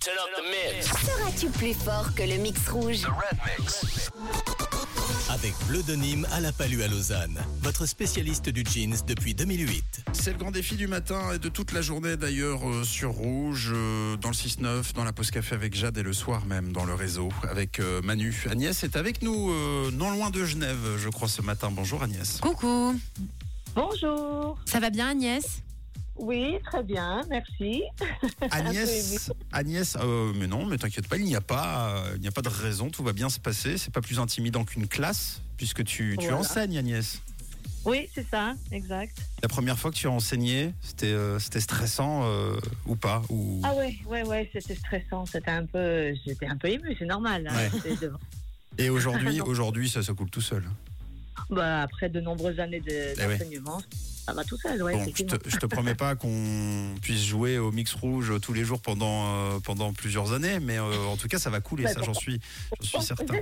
Turn up the mix. Seras-tu plus fort que le mix rouge Red mix. Avec Bleu de Nîmes à la Palue à Lausanne, votre spécialiste du jeans depuis 2008. C'est le grand défi du matin et de toute la journée d'ailleurs euh, sur Rouge, euh, dans le 6-9, dans la pause café avec Jade et le soir même dans le réseau avec euh, Manu. Agnès est avec nous, euh, non loin de Genève, je crois, ce matin. Bonjour Agnès. Coucou, Bonjour. ça va bien Agnès Oui, très bien, merci. Agnès, Agnès, euh, mais non, mais t'inquiète pas, il n'y a pas, euh, il n'y a pas de raison, tout va bien se passer. C'est pas plus intimidant qu'une classe puisque tu, tu Voilà. enseignes Agnès. Oui, c'est ça, exact. La première fois que tu as enseigné, c'était, euh, c'était stressant euh, ou pas ou... Ah ouais, ouais, ouais, c'était stressant, c'était un peu, j'étais un peu émue, c'est normal. hein, Ouais. c'est de- Et aujourd'hui, aujourd'hui, ça se coule tout seul. bah, après de nombreuses années de- Eh ouais. d'enseignement, ça va tout seul, ouais. Bon, je effectivement. te, je te promets pas qu'on puisse jouer au mix rouge tous les jours pendant, euh, pendant plusieurs années, mais euh, en tout cas, ça va couler, Bah, ça j'en suis, j'en suis certain.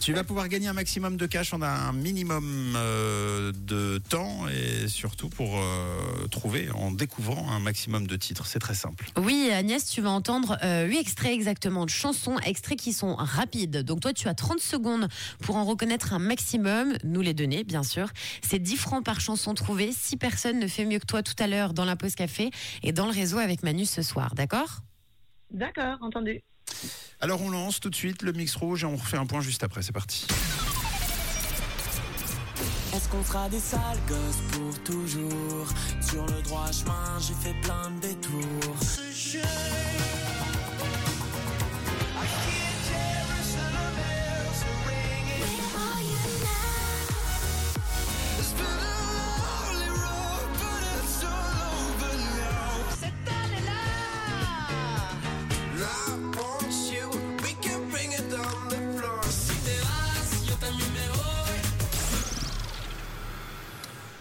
Tu vas pouvoir gagner un maximum de cash en un minimum euh, de temps et surtout pour euh, trouver en découvrant un maximum de titres. C'est très simple. Oui Agnès, tu vas entendre euh, huit extraits exactement de chansons, extraits qui sont rapides. Donc toi tu as 30 secondes pour en reconnaître un maximum, nous les donner bien sûr. C'est 10 francs par chanson trouvée, si personne ne fait mieux que toi tout à l'heure dans la pause café et dans le réseau avec Manu ce soir, d'accord D'accord, entendu. Alors on lance tout de suite le mix rouge et on refait un point juste après. C'est parti. Est-ce qu'on sera des sales gosses pour toujours Sur le droit chemin, j'ai fait plein de détours.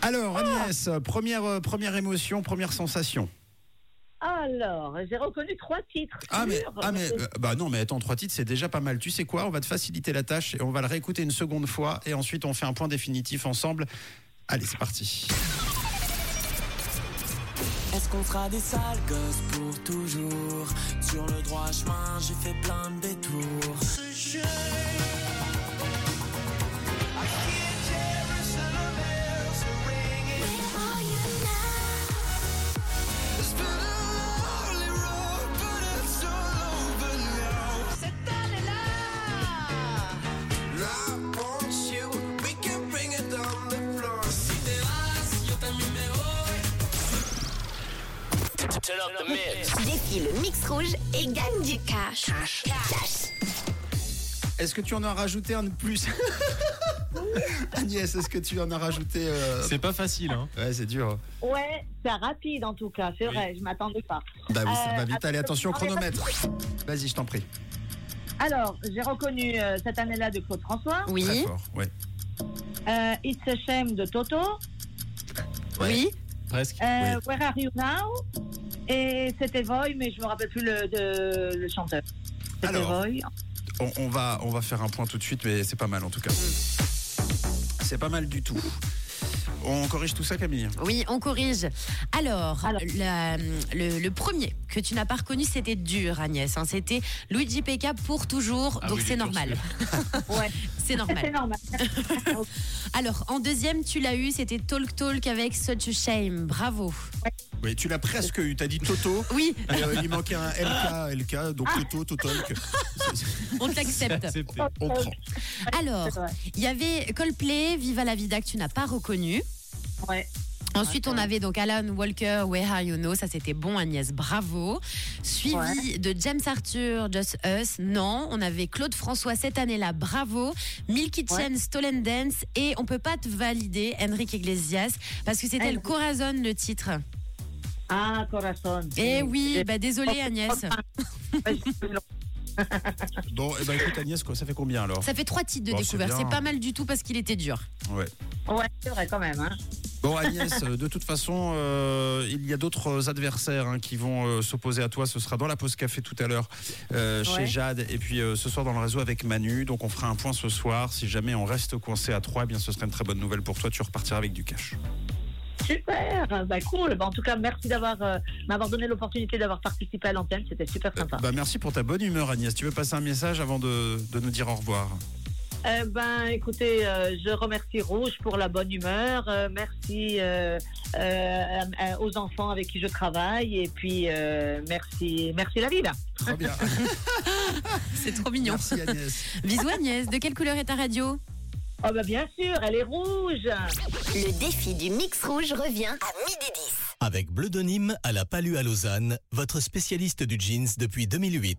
Alors Agnès, première, euh, première émotion, première sensation. Alors, j'ai reconnu trois titres. Ah mais, sûrs. ah mais euh, bah non mais attends trois titres c'est déjà pas mal tu sais quoi on va te faciliter la tâche et on va le réécouter une seconde fois et ensuite on fait un point définitif ensemble allez c'est parti Est-ce qu'on sera des sales gosses pour toujours Sur le droit chemin, j'ai fait plein de détours. Turn up the mix. Défie le mix rouge et gagne du cash. Cash. est-ce que tu en as rajouté un de plus Agnès est-ce que tu en as rajouté euh, C'est pas facile, hein. ouais c'est dur Ouais, c'est rapide en tout cas, c'est vrai, je m'attendais pas. bah oui ça Euh, va vite allez attention au attends, chronomètre vas-y je t'en prie Alors, j'ai reconnu euh, cette année-là de Claude François, Oui, très fort ouais euh, It's a Shame de Toto. oui, Presque. Euh, Where Are You Now Et c'était Voy, mais je me rappelle plus le, de- le chanteur. C'était Alors. Voy. On, on va, on va faire un point tout de suite, mais c'est pas mal en tout cas. C'est pas mal du tout. On corrige tout ça, Camille. oui, on corrige. Alors, Alors. la- le, le premier que tu n'as pas reconnu c'était dur Agnès, hein. c'était Luigi Pecca pour toujours, Ah donc oui, il c'est est dur, normal. Ouais, C'est normal. c'est normal. Alors, en deuxième, tu l'as eu, c'était Talk Talk avec Such a Shame. Bravo. Oui, tu l'as presque eu. T'as dit Toto. Oui, Et, euh, il manquait un LK, LK, donc Ah. Toto, Totolk. on te l'accepte. Accepté. On prend. Alors, C'est vrai. il y avait Coldplay, Viva la Vida que tu n'as pas reconnu. Ouais. Ensuite, Ouais, on ouais. avait donc Alan Walker, Where Are You Now, ça c'était bon Agnès, bravo. Suivi Ouais. de James Arthur, Just Us, non. On avait Claude François cette année-là, bravo. Milky Ouais. Chance, Stolen Dance et on peut pas te valider Enrique Iglesias parce que c'était le Enrique. Corazon le titre. Ah, Corazon. Eh oui, J'ai- bah Oh, désolé Agnès. Ouais, j'ai- Bon, eh ben, écoute, Agnès, quoi, ça fait combien alors Ça fait trois titres de Bon, c'est découverte. bien. C'est pas mal du tout parce qu'il était dur. Ouais. Ouais, c'est vrai quand même. Hein. Bon, Agnès, euh, de toute façon, euh, il y a d'autres adversaires hein, qui vont euh, s'opposer à toi. Ce sera dans la pause café tout à l'heure euh, chez Ouais. Jade. Et puis euh, ce soir dans le réseau avec Manu. Donc on fera un point ce soir. Si jamais on reste coincé à 3, eh bien ce serait une très bonne nouvelle pour toi. Tu repartiras avec du cash. Super, bah cool. Bah, en tout cas, merci d'avoir euh, m'avoir donné l'opportunité d'avoir participé à l'antenne. C'était super sympa. Bah, merci pour ta bonne humeur, Agnès. Tu veux passer un message avant de, de nous dire au revoir Eh ben, écoutez, euh, je remercie Rouge pour la bonne humeur. Euh, merci euh, euh, euh, aux enfants avec qui je travaille. Et puis, euh, merci, merci la ben. ville. Très bien. C'est trop mignon. merci, Agnès. Bisous Agnès, de quelle couleur est ta radio Oh, bah, bien sûr, elle est rouge. Le défi du mix rouge revient à midi 10. Avec Bleu Denim à la Palue à Lausanne, votre spécialiste du jeans depuis 2008.